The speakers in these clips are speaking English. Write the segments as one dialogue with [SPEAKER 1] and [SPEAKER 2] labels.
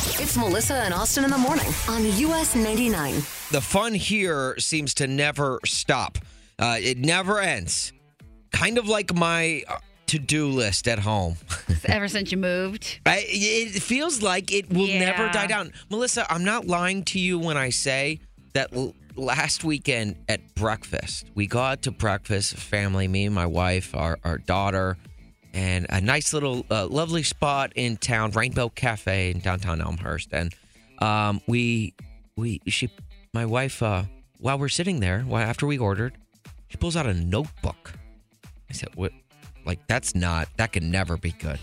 [SPEAKER 1] It's Melissa and Austin in the morning on US 99.
[SPEAKER 2] the fun here seems to never stop. Uh, it never ends. Kind of like my uh, to-do list at home.
[SPEAKER 3] ever since you moved.
[SPEAKER 2] I, it feels like it will never
[SPEAKER 3] Yeah.
[SPEAKER 2] die down. Melissa, I'm not lying to you when I say that l- last weekend at breakfast, we got to breakfast, family, me, my wife, our, our daughter, and a nice little uh, lovely spot in town, Rainbow Cafe in downtown Elmhurst. And um, we, we, she, my wife, uh, while we're sitting there, while, after we ordered, she pulls out a notebook. I said, what? Like, that's not, that can never be good.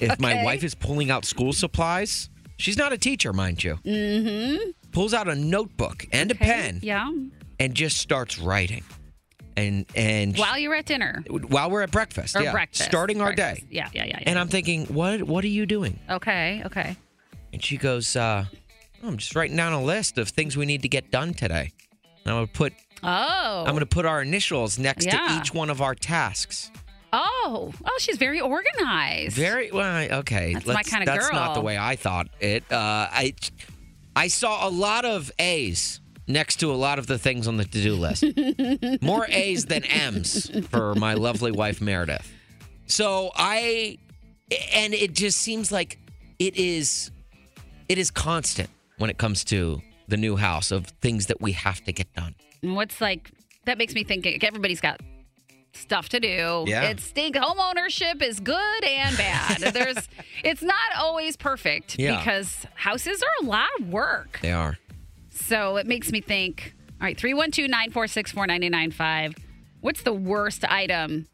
[SPEAKER 2] If my wife is pulling out school supplies, she's not a teacher, mind you. Mm-hmm. Pulls out a notebook and a pen
[SPEAKER 3] Yeah.
[SPEAKER 2] and just starts writing. And and
[SPEAKER 3] While you were at dinner
[SPEAKER 2] while we're at breakfast,
[SPEAKER 3] or
[SPEAKER 2] yeah,
[SPEAKER 3] breakfast.
[SPEAKER 2] starting our
[SPEAKER 3] Breakfast.
[SPEAKER 2] day.
[SPEAKER 3] Yeah, yeah, yeah. yeah.
[SPEAKER 2] And I'm thinking, what what are you doing?
[SPEAKER 3] okay, okay.
[SPEAKER 2] And she goes, uh, I'm just writing down a list of things we need to get done today. And I'm gonna put
[SPEAKER 3] Oh.
[SPEAKER 2] I'm gonna put our initials next to
[SPEAKER 3] Yeah.
[SPEAKER 2] each one of our tasks.
[SPEAKER 3] oh. Oh, she's very organized.
[SPEAKER 2] Very well. I- Okay,
[SPEAKER 3] That's my
[SPEAKER 2] let's-
[SPEAKER 3] kinda
[SPEAKER 2] That's not the
[SPEAKER 3] girl.
[SPEAKER 2] way I thought it. Uh, I I saw a lot of A's next to a lot of the things on the to-do list. More A's than M's for my lovely wife Meredith. So I and it just seems like it is it is constant when it comes to the new house of things that we have to get done.
[SPEAKER 3] And What's like that makes me think like, everybody's got stuff to do.
[SPEAKER 2] Yeah.
[SPEAKER 3] It's think home ownership is good and bad. There's it's not always perfect
[SPEAKER 2] Yeah.
[SPEAKER 3] because houses are a lot of work.
[SPEAKER 2] They are.
[SPEAKER 3] So it makes me think, all right, 312 946 4995. What's the worst item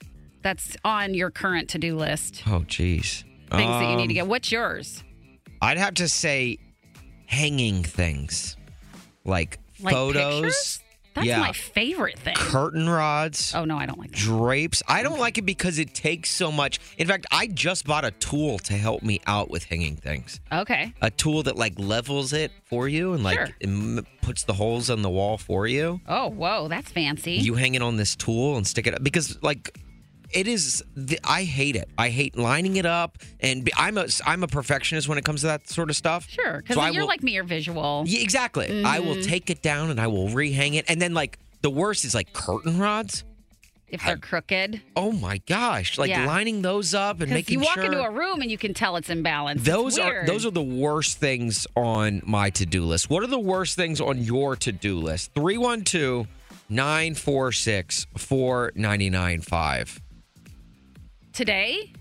[SPEAKER 3] that's on your current to do list?
[SPEAKER 2] Oh geez.
[SPEAKER 3] Things that you need
[SPEAKER 2] Um,
[SPEAKER 3] to get. What's yours?
[SPEAKER 2] I'd have to say hanging things like,
[SPEAKER 3] Like
[SPEAKER 2] photos,
[SPEAKER 3] pictures? That's
[SPEAKER 2] yeah,
[SPEAKER 3] my favorite thing.
[SPEAKER 2] curtain rods,
[SPEAKER 3] Oh, no, I don't like that.
[SPEAKER 2] drapes. I don't like it because it takes so much. In fact, I just bought a tool to help me out with hanging things.
[SPEAKER 3] Okay.
[SPEAKER 2] A tool that like levels it for you and like
[SPEAKER 3] Sure.
[SPEAKER 2] m- puts the holes on the wall for you.
[SPEAKER 3] Oh, whoa, that's fancy.
[SPEAKER 2] You hang it on this tool and stick it up because like it is. The, I hate it. I hate lining it up, and be, I'm a I'm a perfectionist when it comes to that sort of stuff.
[SPEAKER 3] sure, because
[SPEAKER 2] So I
[SPEAKER 3] you're
[SPEAKER 2] will-
[SPEAKER 3] like me, you're visual. Mm-hmm.
[SPEAKER 2] Yeah, exactly. I will take it down and I will rehang it. And then like the worst is like curtain rods.
[SPEAKER 3] if they're crooked.
[SPEAKER 2] Oh my gosh. Like
[SPEAKER 3] Yeah.
[SPEAKER 2] lining those up and
[SPEAKER 3] Because
[SPEAKER 2] making
[SPEAKER 3] you walk
[SPEAKER 2] sure
[SPEAKER 3] into a room and you can tell it's imbalanced. It's
[SPEAKER 2] those are
[SPEAKER 3] weird.
[SPEAKER 2] those are the worst things on my to-do list. What are the worst things on your to-do list? 312 946 4995.
[SPEAKER 3] Today,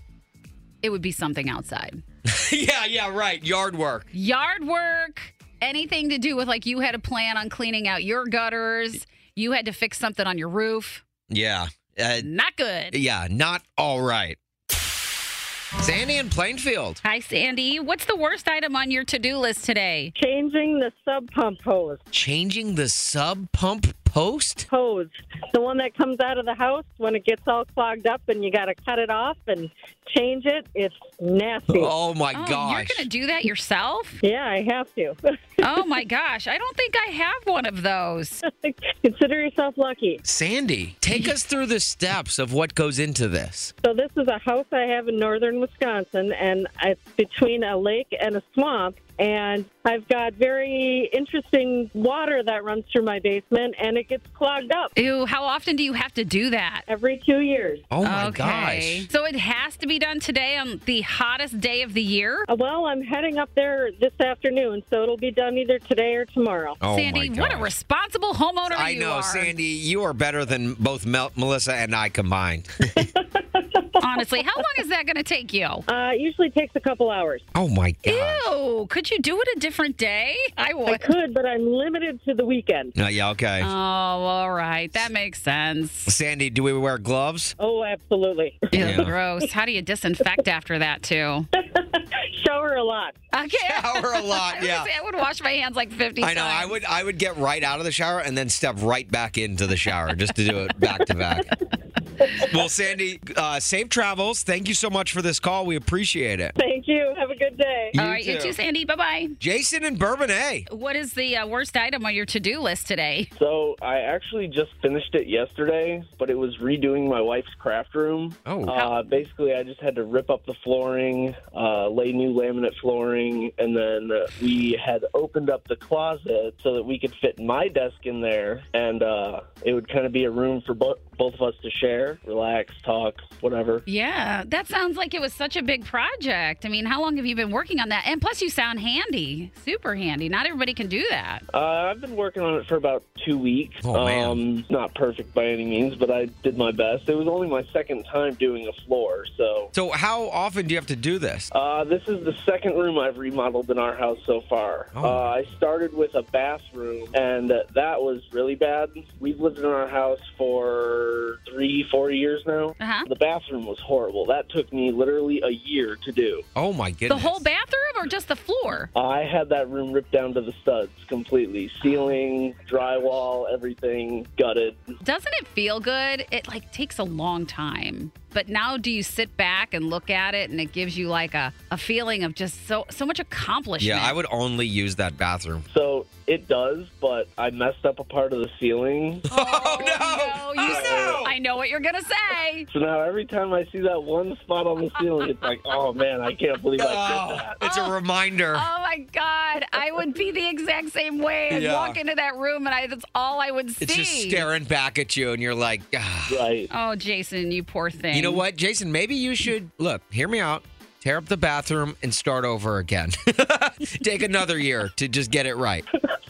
[SPEAKER 3] it would be something outside.
[SPEAKER 2] Yeah, yeah, right. Yard work.
[SPEAKER 3] yard work, anything to do with like you had a plan on cleaning out your gutters, you had to fix something on your roof.
[SPEAKER 2] Yeah. Uh,
[SPEAKER 3] Not good.
[SPEAKER 2] yeah, not all right. Sandy in Plainfield.
[SPEAKER 3] Hi, Sandy. What's the worst item on your to do list today?
[SPEAKER 4] Changing the sub pump hose.
[SPEAKER 2] Changing the sub pump post?
[SPEAKER 4] Hose. The one that comes out of the house when it gets all clogged up and you got to cut it off and change it. It's nasty.
[SPEAKER 2] Oh my
[SPEAKER 3] Oh,
[SPEAKER 2] gosh.
[SPEAKER 3] You're going to do that yourself?
[SPEAKER 4] Yeah, I have to.
[SPEAKER 3] oh my gosh. I don't think I have one of those.
[SPEAKER 4] Consider yourself lucky.
[SPEAKER 2] Sandy, take us through the steps of what goes into this.
[SPEAKER 4] So, this is a house I have in northern Wisconsin, and it's between a lake and a swamp. And I've got very interesting water that runs through my basement, and it gets clogged up
[SPEAKER 3] Ew, how often do you have to do that?
[SPEAKER 4] every two years.
[SPEAKER 2] Oh my
[SPEAKER 3] okay.
[SPEAKER 2] gosh.
[SPEAKER 3] So it has to be done today on the hottest day of the year?
[SPEAKER 4] Uh, Well, I'm heading up there this afternoon, so it'll be done either today or tomorrow.
[SPEAKER 2] Oh
[SPEAKER 3] Sandy,
[SPEAKER 2] my
[SPEAKER 3] what a
[SPEAKER 2] gosh.
[SPEAKER 3] responsible homeowner
[SPEAKER 2] I
[SPEAKER 3] you
[SPEAKER 2] know,
[SPEAKER 3] are.
[SPEAKER 2] Sandy, you are better than both Mel- Melissa and I combined.
[SPEAKER 3] Honestly, how long is that going to take you?
[SPEAKER 4] Uh, it usually takes a couple hours.
[SPEAKER 2] oh my gosh.
[SPEAKER 3] Ew, could you do it a different day? I
[SPEAKER 4] I
[SPEAKER 3] would.
[SPEAKER 4] could, but I'm limited to the weekend.
[SPEAKER 2] No, yeah, okay.
[SPEAKER 3] Oh, all right. That makes sense.
[SPEAKER 2] Sandy, do we wear gloves?
[SPEAKER 4] Oh, absolutely.
[SPEAKER 3] Ew,
[SPEAKER 2] Yeah.
[SPEAKER 3] gross. How do you disinfect after that, too?
[SPEAKER 4] Shower a lot.
[SPEAKER 3] Okay.
[SPEAKER 2] Shower a
[SPEAKER 3] I,
[SPEAKER 2] lot,
[SPEAKER 3] was gonna
[SPEAKER 2] yeah.
[SPEAKER 3] say, I would wash my hands like 50
[SPEAKER 2] I know. I
[SPEAKER 3] times.
[SPEAKER 2] would I would get right out of the shower and then step right back into the shower just to do it back to back. Well, Sandy, uh, safe travels. Thank you so much for this call. We appreciate it.
[SPEAKER 4] Thank you. Have a good day.
[SPEAKER 3] All right, you too, Sandy. Bye bye.
[SPEAKER 2] Jason and Bourbon A.
[SPEAKER 3] What is the uh, worst item on your to do list today?
[SPEAKER 5] So I actually just finished it yesterday, but it was redoing my wife's craft room.
[SPEAKER 2] Oh.
[SPEAKER 5] Uh, basically, I just had to rip up the flooring, uh, lay new laminate flooring, and then uh, we had opened up the closet so that we could fit my desk in there, and uh, it would kind of be a room for bo- both of us to share, relax, talk, whatever.
[SPEAKER 3] Yeah, Uh, that sounds like it was such a big project. I mean, how long have you been working on that? And plus, you sound handy, super handy. Not everybody can do that.
[SPEAKER 5] Uh, I've been working on it for about two weeks.
[SPEAKER 2] Oh, man.
[SPEAKER 5] Um, not perfect by any means, but I did my best. It was only my second time doing a floor, so
[SPEAKER 2] So how often do you have to do this?
[SPEAKER 5] uh, this is the second room I've remodeled in our house so far.
[SPEAKER 2] Oh.
[SPEAKER 5] Uh, I started with a bathroom, and uh, that was really bad. We've lived in our house for three, four years now.
[SPEAKER 3] Uh huh.
[SPEAKER 5] The bathroom was horrible. That took me literally a year to do.
[SPEAKER 2] Oh my
[SPEAKER 3] The
[SPEAKER 2] goodness.
[SPEAKER 3] whole bathroom or just the floor?
[SPEAKER 5] I had that room ripped down to the studs completely. Ceiling, drywall, everything gutted.
[SPEAKER 3] Doesn't it feel good? It like takes a long time. But now do you sit back and look at it and it gives you like a, a feeling of just so so much accomplishment.
[SPEAKER 2] Yeah, I would only use that bathroom.
[SPEAKER 5] So it does, but I messed up a part of the ceiling.
[SPEAKER 3] Oh,
[SPEAKER 2] no. Oh,
[SPEAKER 3] you-
[SPEAKER 2] no.
[SPEAKER 3] I know what you're gonna say.
[SPEAKER 5] So now every time I see that one spot on the ceiling, it's like, oh man, I can't believe I did
[SPEAKER 2] Oh,
[SPEAKER 5] that.
[SPEAKER 2] it's a reminder.
[SPEAKER 3] Oh my God. I would be the exact same way. I'd
[SPEAKER 2] Yeah.
[SPEAKER 3] walk into that room and I, that's all I would see.
[SPEAKER 2] it's just staring back at you, and you're like, ah.
[SPEAKER 5] Right.
[SPEAKER 3] Oh, Jason, you poor thing.
[SPEAKER 2] you know what, Jason? Maybe you should look. Hear me out. Tear up the bathroom and start over again. Take another year to just get it right.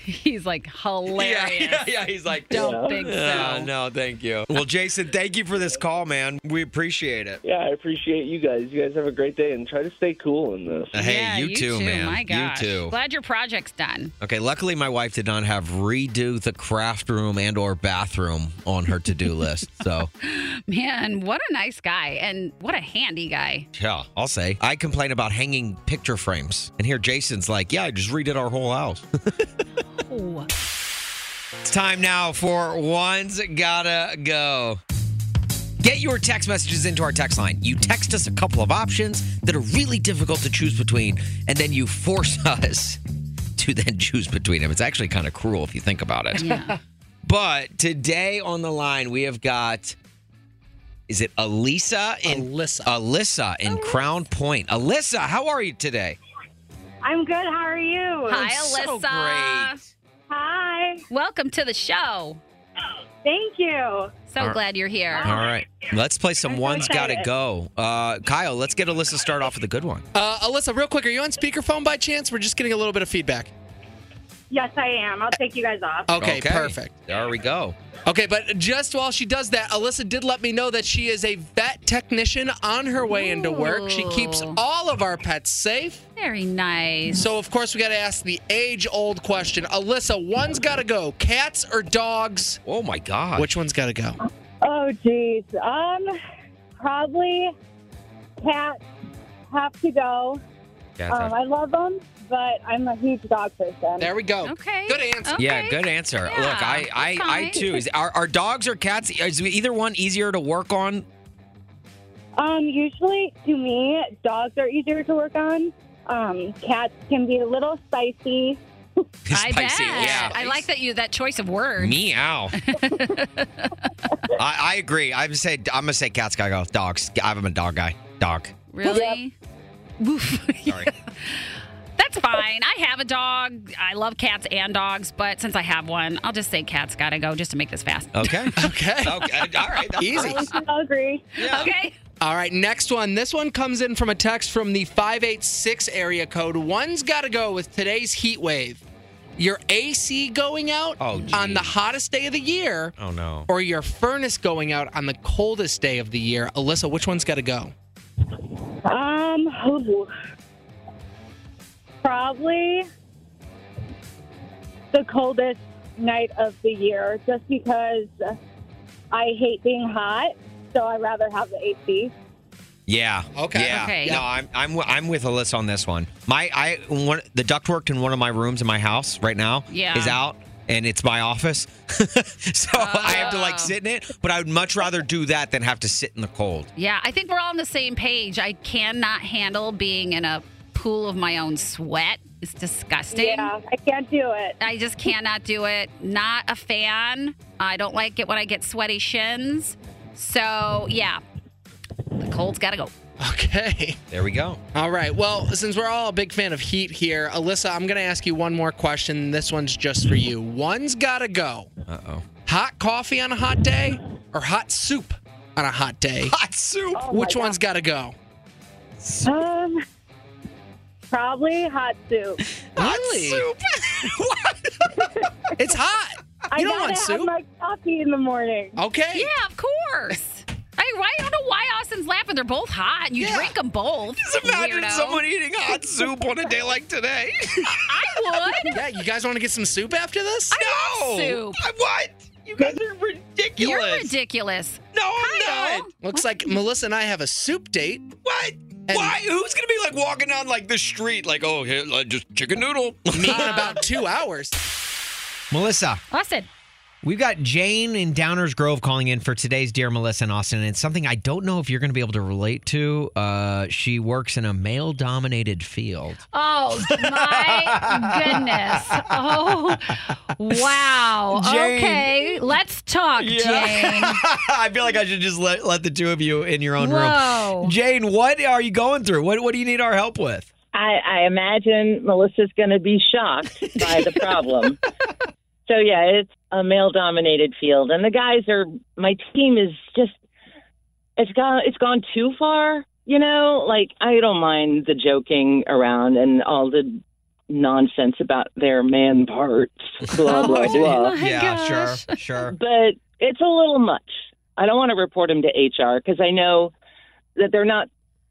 [SPEAKER 3] He's like hilarious.
[SPEAKER 2] Yeah, yeah, yeah. He's like,
[SPEAKER 3] Don't
[SPEAKER 5] Yeah.
[SPEAKER 3] think so.
[SPEAKER 2] "Ah, no, thank you. Well, Jason, thank you for this call, man. We appreciate it.
[SPEAKER 5] Yeah, I appreciate you guys. You guys have a great day and try to stay cool in this.
[SPEAKER 2] Hey,
[SPEAKER 3] Yeah,
[SPEAKER 2] you, too, man.
[SPEAKER 3] My gosh.
[SPEAKER 2] You too.
[SPEAKER 3] Glad your project's done.
[SPEAKER 2] Okay, luckily my wife did not have redo the craft room and or bathroom on her to-do list. So,
[SPEAKER 3] Man, what a nice guy and what a handy guy.
[SPEAKER 2] yeah, I'll say. I complain about hanging picture frames. And here Jason's like, "Yeah, I just redid our whole house."
[SPEAKER 3] Oh.
[SPEAKER 2] it's time now for one's gotta go. Get your text messages into our text line. You text us a couple of options that are really difficult to choose between, and then you force us to then choose between them. It's actually kind of cruel if you think about it.
[SPEAKER 3] Yeah.
[SPEAKER 2] But today on the line, we have got. Is it Alisa in
[SPEAKER 6] Alyssa.
[SPEAKER 2] Alyssa in Crown Point? Alyssa, how are you today?
[SPEAKER 4] I'm good. How are you?
[SPEAKER 3] Hi,
[SPEAKER 2] So
[SPEAKER 3] Alyssa.
[SPEAKER 2] great.
[SPEAKER 4] Hi.
[SPEAKER 3] Welcome to the show.
[SPEAKER 4] Thank you.
[SPEAKER 3] So
[SPEAKER 2] All right.
[SPEAKER 3] glad you're here.
[SPEAKER 2] All right, let's play some
[SPEAKER 4] I'm so
[SPEAKER 2] one's got to
[SPEAKER 4] excited.
[SPEAKER 2] go. Uh, Kyle, let's get Alyssa started off with a good one.
[SPEAKER 6] Uh, Alyssa, real quick, are you on speakerphone by chance? We're just getting a little bit of feedback.
[SPEAKER 4] Yes, I am. I'll take you guys off.
[SPEAKER 6] Okay, perfect.
[SPEAKER 2] There we go.
[SPEAKER 6] Okay, but just while she does that, Alyssa did let me know that she is a vet technician on her way into work. She keeps
[SPEAKER 3] Ooh.
[SPEAKER 6] all of our pets safe.
[SPEAKER 3] Very nice.
[SPEAKER 6] So, of course, we got to ask the age old question. Alyssa, one's got to go cats or dogs?
[SPEAKER 2] Oh my God.
[SPEAKER 6] Which one's got to go?
[SPEAKER 4] Oh, geez. Um, probably cats have to go.
[SPEAKER 2] Yeah,
[SPEAKER 4] Um, I love them, but I'm a huge dog person.
[SPEAKER 6] There we go.
[SPEAKER 3] Okay. Oh.
[SPEAKER 6] Good answer.
[SPEAKER 3] Okay.
[SPEAKER 2] yeah, good answer.
[SPEAKER 3] Yeah,
[SPEAKER 2] Look, I, I,
[SPEAKER 3] that's
[SPEAKER 2] I
[SPEAKER 3] fine.
[SPEAKER 2] too. Is, are, are dogs or cats? Is either one easier to work on?
[SPEAKER 4] Um, usually, to me, dogs are easier to work on. Um, cats can be a little spicy.
[SPEAKER 3] I bet.
[SPEAKER 2] Spicy, Yeah.
[SPEAKER 3] I like that you that choice of words.
[SPEAKER 2] Meow. I, I agree. I'm say I'm gonna say cats gotta go. Dogs. I'm a dog guy. Dog.
[SPEAKER 3] Really? Woof.
[SPEAKER 2] Sorry.
[SPEAKER 3] That's fine. I have a dog. I love cats and dogs, but since I have one, I'll just say cats gotta go just to make this fast.
[SPEAKER 2] Okay.
[SPEAKER 6] Okay.
[SPEAKER 2] okay. All right. That's
[SPEAKER 6] Easy.
[SPEAKER 2] fine.
[SPEAKER 4] I agree.
[SPEAKER 2] Yeah.
[SPEAKER 3] Okay.
[SPEAKER 6] All right, next one. This one comes in from a text from the 586 area code. One's got to go with today's heat wave. Your AC going out
[SPEAKER 2] Oh,
[SPEAKER 6] on the
[SPEAKER 2] geez.
[SPEAKER 6] hottest day of the year,
[SPEAKER 2] Oh no.
[SPEAKER 6] or your furnace going out on the coldest day of the year. Alyssa, which one's got to go?
[SPEAKER 4] Um, ooh. probably the coldest night of the year, just because I hate being hot, so I'd rather have the AC.
[SPEAKER 2] Yeah.
[SPEAKER 6] Okay.
[SPEAKER 2] Yeah.
[SPEAKER 3] Okay.
[SPEAKER 2] No, I'm I'm wi- I'm with Alyssa on this one. My I one the ductwork in one of my rooms in my house right now
[SPEAKER 3] Yeah.
[SPEAKER 2] is out.
[SPEAKER 5] and it's my office. so I have to like sit in it, but I would much rather do that than have to sit in the cold.
[SPEAKER 3] Yeah, I think we're all on the same page. I cannot handle being in a pool of my own sweat. It's disgusting.
[SPEAKER 7] Yeah, I can't do it.
[SPEAKER 3] I just cannot do it. Not a fan. I don't like it when I get sweaty shins. So, yeah, the cold's got to go.
[SPEAKER 6] Okay.
[SPEAKER 5] There we go.
[SPEAKER 6] All right. Well, since we're all a big fan of heat here, Alyssa, I'm going to ask you one more question. This one's just for you. One's got to go
[SPEAKER 5] Uh oh.
[SPEAKER 6] hot coffee on a hot day or hot soup on a hot day?
[SPEAKER 5] Hot soup.
[SPEAKER 4] Oh
[SPEAKER 6] Which
[SPEAKER 7] Oh
[SPEAKER 6] one's got to go?
[SPEAKER 7] Um, probably hot soup.
[SPEAKER 6] Hot soup. It's hot.
[SPEAKER 7] I
[SPEAKER 6] You don't
[SPEAKER 7] gotta
[SPEAKER 6] want
[SPEAKER 7] have
[SPEAKER 6] soup.
[SPEAKER 7] my coffee in the morning.
[SPEAKER 6] Okay.
[SPEAKER 3] Yeah, of course. I, why- I don't know why Austin's laughing. They're both hot. You
[SPEAKER 6] Yeah.
[SPEAKER 3] drink them both.
[SPEAKER 5] Just imagine
[SPEAKER 3] weirdo.
[SPEAKER 5] someone eating hot soup on a day like today.
[SPEAKER 3] I would.
[SPEAKER 6] Yeah, you guys want to get some soup after this?
[SPEAKER 5] no.
[SPEAKER 3] soup.
[SPEAKER 5] What? You guys are ridiculous.
[SPEAKER 3] You're ridiculous.
[SPEAKER 5] No, I'm
[SPEAKER 3] Kyle.
[SPEAKER 5] not.
[SPEAKER 6] Looks like Melissa and I have a soup date.
[SPEAKER 5] What? Why? Who's gonna be like walking down like the street, like, oh, here, like, just chicken noodle?
[SPEAKER 6] Me in about two hours.
[SPEAKER 2] Melissa,
[SPEAKER 3] Austin.
[SPEAKER 2] we've got Jane in Downers Grove calling in for today's Dear Melissa and Austin. And it's something I don't know if you're going to be able to relate to. Uh, she works in a male dominated field.
[SPEAKER 3] Oh my goodness. Oh wow.
[SPEAKER 2] Jane.
[SPEAKER 3] Okay, let's talk, Jane.
[SPEAKER 2] I feel like I should just let, let the two of you in your own
[SPEAKER 3] Whoa.
[SPEAKER 2] room. Jane, what are you going through? What, what do you need our help with?
[SPEAKER 8] I, I imagine Melissa's going to be shocked by the problem. so yeah, it's a male-dominated field, and the guys are. My team is just. It's gone. It's gone too far. You know, like I don't mind the joking around and all the nonsense about their man parts. Blah
[SPEAKER 1] Oh
[SPEAKER 8] blah blah
[SPEAKER 3] my
[SPEAKER 2] yeah,
[SPEAKER 3] gosh.
[SPEAKER 2] sure, sure.
[SPEAKER 8] but it's a little much. I don't want to report him to HR because I know that they're not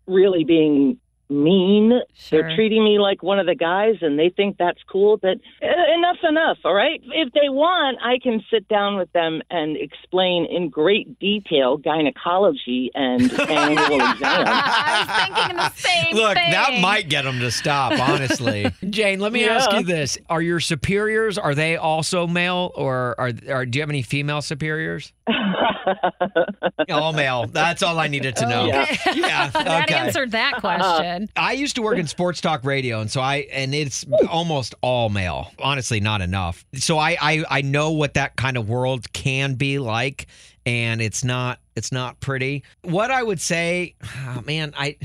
[SPEAKER 8] really being mean.
[SPEAKER 3] Sure.
[SPEAKER 8] They're treating me like one of the guys, and they think that's cool. But uh, enough's enough. All right. If they want, I can sit down with them and explain in great detail gynecology and annual exam.
[SPEAKER 3] I was thinking the same
[SPEAKER 2] Look,
[SPEAKER 3] thing.
[SPEAKER 2] that might get them to stop, honestly. Jane, let me ask
[SPEAKER 8] Yeah.
[SPEAKER 2] you this: Are your superiors are they also male, or are, are do you have any female superiors? All male. That's all I needed to know.
[SPEAKER 8] Oh, Yeah.
[SPEAKER 2] Yeah,
[SPEAKER 3] that
[SPEAKER 2] okay.
[SPEAKER 3] answered
[SPEAKER 4] Uh-huh.
[SPEAKER 3] that question.
[SPEAKER 2] I used to work in sports talk radio, and so I and it's almost all male. Honestly, not enough. So I I, I know what that kind of world can be like, and it's not it's not pretty. What I would say, ah, man, I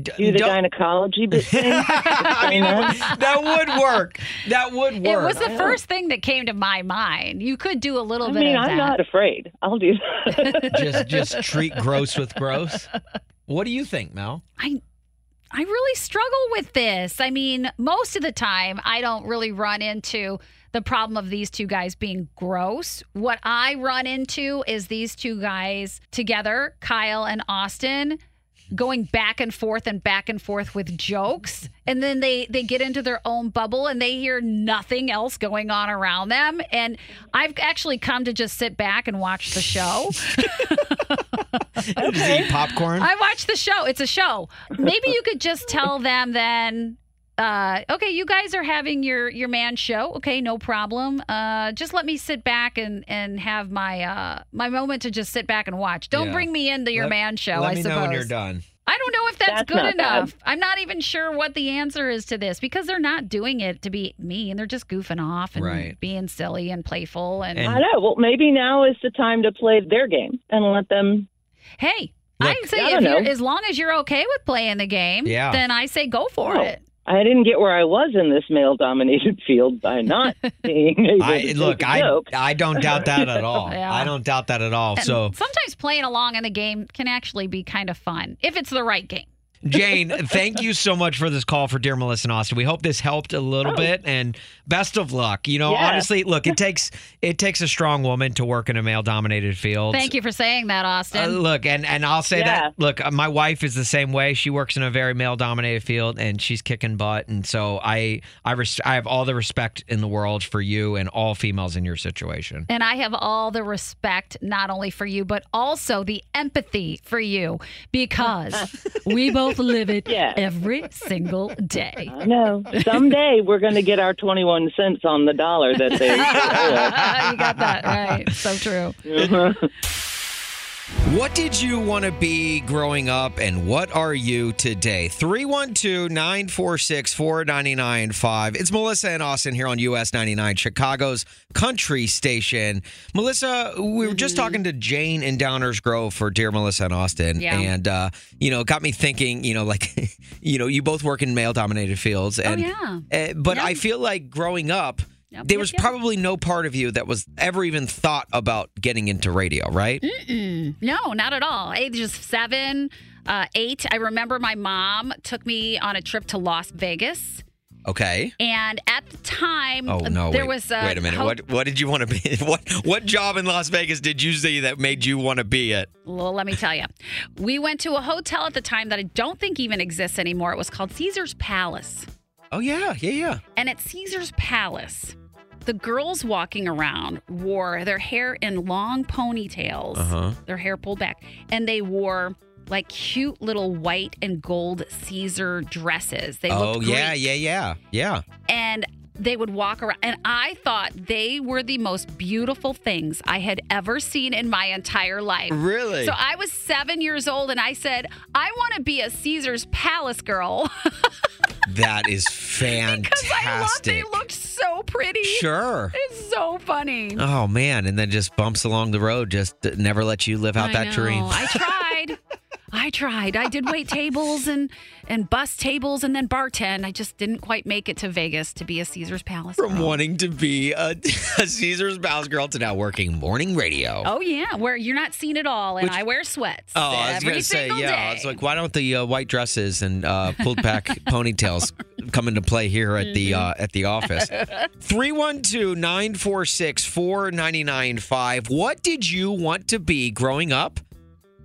[SPEAKER 2] d-
[SPEAKER 8] Do the
[SPEAKER 2] don't-
[SPEAKER 8] gynecology bit thing.
[SPEAKER 2] I mean, that would work. That would
[SPEAKER 3] It
[SPEAKER 2] work.
[SPEAKER 3] was the first thing that came to my mind. You could do a little
[SPEAKER 8] I
[SPEAKER 3] bit
[SPEAKER 8] mean,
[SPEAKER 3] of
[SPEAKER 8] I'm
[SPEAKER 3] that.
[SPEAKER 8] not afraid. I'll do that.
[SPEAKER 2] just just treat gross with gross. What do you think, Mel?
[SPEAKER 3] I I really struggle with this. I mean, most of the time I don't really run into the problem of these two guys being gross. What I run into is these two guys together, Kyle and Austin, going back and forth and back and forth with jokes. And then they they get into their own bubble and they hear nothing else going on around them. And I've actually come to just sit back and watch the show.
[SPEAKER 2] Does he eat popcorn?
[SPEAKER 3] I watched the show. It's a show. Maybe you could just tell them then. Uh, okay, you guys are having your your man show. Okay, no problem. Uh, just let me sit back and and have my uh my moment to just sit back and watch. Don't
[SPEAKER 2] Yeah.
[SPEAKER 3] bring me into your
[SPEAKER 2] Let-
[SPEAKER 3] man show.
[SPEAKER 2] Let
[SPEAKER 3] I
[SPEAKER 2] me
[SPEAKER 3] suppose.
[SPEAKER 2] know when you're done.
[SPEAKER 3] I don't know if that's,
[SPEAKER 8] That's
[SPEAKER 3] good
[SPEAKER 8] not bad.
[SPEAKER 3] enough. I'm not even sure what the answer is to this because they're not doing it to be mean. They're just goofing off and
[SPEAKER 2] Right.
[SPEAKER 3] being silly and playful. And,
[SPEAKER 2] And-
[SPEAKER 8] I know. Well, maybe now is the time to play their game and let them
[SPEAKER 3] hey, I
[SPEAKER 8] I
[SPEAKER 3] say if
[SPEAKER 8] don't
[SPEAKER 3] you're,
[SPEAKER 8] know.
[SPEAKER 3] as long as you're okay with playing the game,
[SPEAKER 2] Yeah.
[SPEAKER 3] then I say go for
[SPEAKER 8] Oh.
[SPEAKER 3] it.
[SPEAKER 8] I didn't get where I was in this male dominated field by not being able to
[SPEAKER 2] I,
[SPEAKER 8] take
[SPEAKER 2] look,
[SPEAKER 8] a
[SPEAKER 2] I
[SPEAKER 8] joke.
[SPEAKER 2] I don't doubt that at all.
[SPEAKER 3] Yeah.
[SPEAKER 2] I don't doubt that at all.
[SPEAKER 3] And
[SPEAKER 2] Oh, So,
[SPEAKER 3] sometimes playing along in the game can actually be kind of fun if it's the right game.
[SPEAKER 2] Jane, thank you so much for this call for Dear Melissa and Austin. We hope this helped a little
[SPEAKER 8] Oh.
[SPEAKER 2] bit, and best of luck. You know,
[SPEAKER 8] Yeah.
[SPEAKER 2] honestly, look, it takes it takes a strong woman to work in a male dominated field.
[SPEAKER 3] Thank you for saying that,
[SPEAKER 2] Uh,
[SPEAKER 3] Austin.
[SPEAKER 2] look, and and I'll say
[SPEAKER 8] Yeah.
[SPEAKER 2] that. Look, uh, my wife is the same way. She works in a very male dominated field, and she's kicking butt. And so I I res- I have all the respect in the world for you and all females in your situation.
[SPEAKER 3] and I have all the respect not only for you but also the empathy for you because we both yourself live it
[SPEAKER 8] Yeah.
[SPEAKER 3] every single day.
[SPEAKER 8] I know. Someday we're going to get our 21 cents on the dollar that they.
[SPEAKER 3] you got that right. So true.
[SPEAKER 2] What did you want to be growing up and what are you today? 312 946 4995. It's Melissa and Austin here on US 99, Chicago's country station. Melissa, we were just talking to Jane in Downers Grove for Dear Melissa and Austin.
[SPEAKER 3] Yeah.
[SPEAKER 2] And, uh, you know, it got me thinking, you know, like, you know, you both work in male dominated fields. And,
[SPEAKER 3] Oh, yeah.
[SPEAKER 2] uh, but
[SPEAKER 3] Yeah.
[SPEAKER 2] I feel like growing up,
[SPEAKER 3] Yep,
[SPEAKER 2] there
[SPEAKER 3] yep,
[SPEAKER 2] was
[SPEAKER 3] yep.
[SPEAKER 2] probably no part of you that was ever even thought about getting into radio, right?
[SPEAKER 3] Mm-mm. No, not at all. Ages seven, uh, eight. I remember my mom took me on a trip to Las Vegas.
[SPEAKER 2] Okay.
[SPEAKER 3] And at the time,
[SPEAKER 2] Oh no!
[SPEAKER 3] there
[SPEAKER 2] wait,
[SPEAKER 3] was a
[SPEAKER 2] wait a minute.
[SPEAKER 3] ho-
[SPEAKER 2] What what did you want to be? What what job in Las Vegas did you see that made you want to be it?
[SPEAKER 3] Well, let me tell you, we went to a hotel at the time that I don't think even exists anymore. It was called Caesar's Palace.
[SPEAKER 2] Oh yeah, yeah, yeah.
[SPEAKER 3] And at Caesar's Palace, the girls walking around wore their hair in long ponytails,
[SPEAKER 2] Uh-huh.
[SPEAKER 3] their hair pulled back, and they wore like cute little white and gold Caesar dresses. They
[SPEAKER 2] oh
[SPEAKER 3] looked
[SPEAKER 2] yeah,
[SPEAKER 3] Greek.
[SPEAKER 2] yeah, yeah, yeah.
[SPEAKER 3] and they would walk around and i thought they were the most beautiful things i had ever seen in my entire life
[SPEAKER 2] Really?
[SPEAKER 3] so i was seven years old and i said i want to be a caesar's palace girl
[SPEAKER 2] That is fantastic.
[SPEAKER 3] because i loved they looked so pretty
[SPEAKER 2] Sure.
[SPEAKER 3] it's so funny
[SPEAKER 2] Oh man, and then just bumps along the road, just that never let you live out
[SPEAKER 3] I
[SPEAKER 2] that
[SPEAKER 3] know.
[SPEAKER 2] dream.
[SPEAKER 3] i tried i tried i did wait tables and and bus tables and then bartend i just didn't quite make it to vegas to be a caesar's palace
[SPEAKER 2] From
[SPEAKER 3] girl.
[SPEAKER 2] wanting to be a, a Caesar's Palace girl to now working morning radio.
[SPEAKER 3] Oh yeah, where you're not seen at all, and I wear sweats.
[SPEAKER 2] Oh, I was
[SPEAKER 3] every
[SPEAKER 2] gonna say,
[SPEAKER 3] single
[SPEAKER 2] yeah.
[SPEAKER 3] day.
[SPEAKER 2] It's like, why don't the uh, white dresses and uh, pulled back ponytails come into play here at the
[SPEAKER 3] Mm-hmm.
[SPEAKER 2] uh, at the office? 312-946-4995. What did you want to be growing up?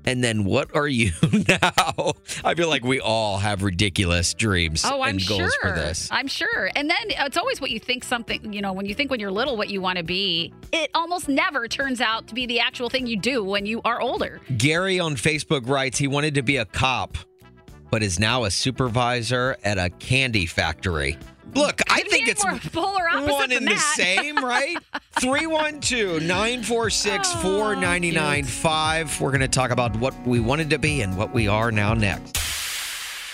[SPEAKER 2] And then what are you now? I feel like we all have ridiculous dreams
[SPEAKER 3] oh, I'm
[SPEAKER 2] and
[SPEAKER 3] sure.
[SPEAKER 2] goals for this.
[SPEAKER 3] I'm sure. And then it's always what you think something. You know, when you think when you're little, what you want to be, it almost never turns out to be the actual thing you do when you are older.
[SPEAKER 2] Gary on Facebook writes he wanted to be a cop, but is now a supervisor at a candy factory. Look, I
[SPEAKER 3] Couldn't
[SPEAKER 2] think
[SPEAKER 3] get
[SPEAKER 2] it's
[SPEAKER 3] more polar opposite
[SPEAKER 2] one
[SPEAKER 3] than
[SPEAKER 2] and
[SPEAKER 3] that.
[SPEAKER 2] the same, right? 312 946 4995. We're going to talk about what we wanted to be and what we are now next.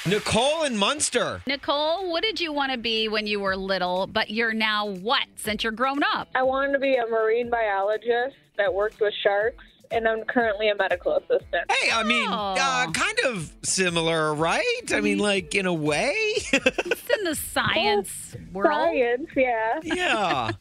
[SPEAKER 2] Nicole and Munster.
[SPEAKER 3] Nicole, what did you want to be when you were little, but you're now what since you're grown up?
[SPEAKER 9] I wanted to be a marine biologist that worked with sharks, and I'm currently a medical assistant.
[SPEAKER 2] Hey, I mean, uh,
[SPEAKER 3] Oh.
[SPEAKER 2] kind of similar, right? I
[SPEAKER 3] Mm.
[SPEAKER 2] mean, like in a way.
[SPEAKER 3] It's in the science world.
[SPEAKER 9] Science, yeah.
[SPEAKER 2] yeah.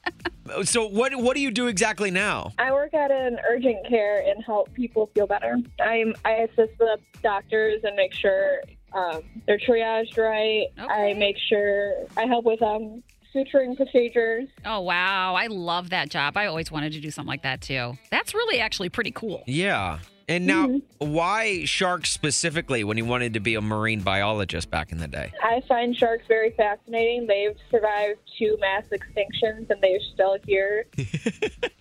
[SPEAKER 2] So what what do you do exactly now?
[SPEAKER 9] I work at an urgent care and help people feel better. I'm I assist the doctors and make sure um, they're triaged right.
[SPEAKER 3] Okay.
[SPEAKER 9] I make sure I help with um, suturing procedures.
[SPEAKER 3] Oh wow, I love that job. I always wanted to do something like that too. That's really actually pretty cool.
[SPEAKER 2] Yeah. And now
[SPEAKER 3] Mm-hmm.
[SPEAKER 2] why sharks specifically when you wanted to be a marine biologist back in the day?
[SPEAKER 9] I find sharks very fascinating. They've survived two mass extinctions and they're still here.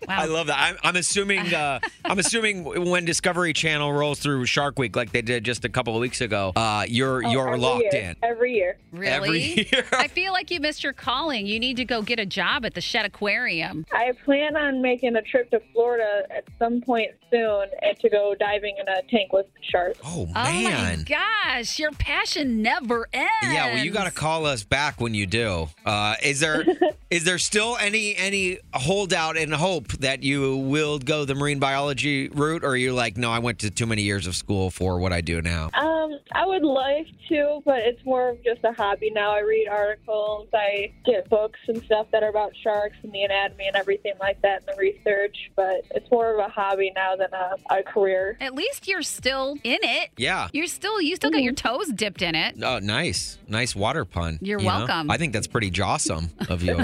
[SPEAKER 3] Wow.
[SPEAKER 2] I love that. I'm, I'm assuming. Uh, I'm assuming when Discovery Channel rolls through Shark Week, like they did just a couple of weeks ago, uh,
[SPEAKER 3] Oh,
[SPEAKER 2] you're you're
[SPEAKER 9] Oh, every
[SPEAKER 2] locked
[SPEAKER 9] year,
[SPEAKER 2] in
[SPEAKER 9] every year.
[SPEAKER 3] Really?
[SPEAKER 2] every year.
[SPEAKER 3] I feel like you missed your calling. You need to go get a job at the Shed Aquarium.
[SPEAKER 9] I plan on making a trip to Florida at some point soon and to go diving in a tank with sharks.
[SPEAKER 2] oh
[SPEAKER 3] Oh my
[SPEAKER 2] man.
[SPEAKER 3] gosh, your passion never ends.
[SPEAKER 2] yeah, well, you got to call us back when you do. Uh, is there is there still any any holdout and hope that you will go the marine biology route, or are you like, no, I went to too many years of school for what I do now?
[SPEAKER 9] Um, I would like to, but it's more of just a hobby now. I read articles, I get books and stuff that are about sharks and the anatomy and everything like that and the research, but it's more of a hobby now than a, a career.
[SPEAKER 3] At least you're still in it.
[SPEAKER 2] Yeah.
[SPEAKER 3] You're still you still got
[SPEAKER 9] Mm-hmm.
[SPEAKER 3] your toes dipped in it.
[SPEAKER 2] Oh, nice, nice water pun.
[SPEAKER 3] You're
[SPEAKER 2] you know?
[SPEAKER 3] welcome.
[SPEAKER 2] I think that's pretty jawsome of you.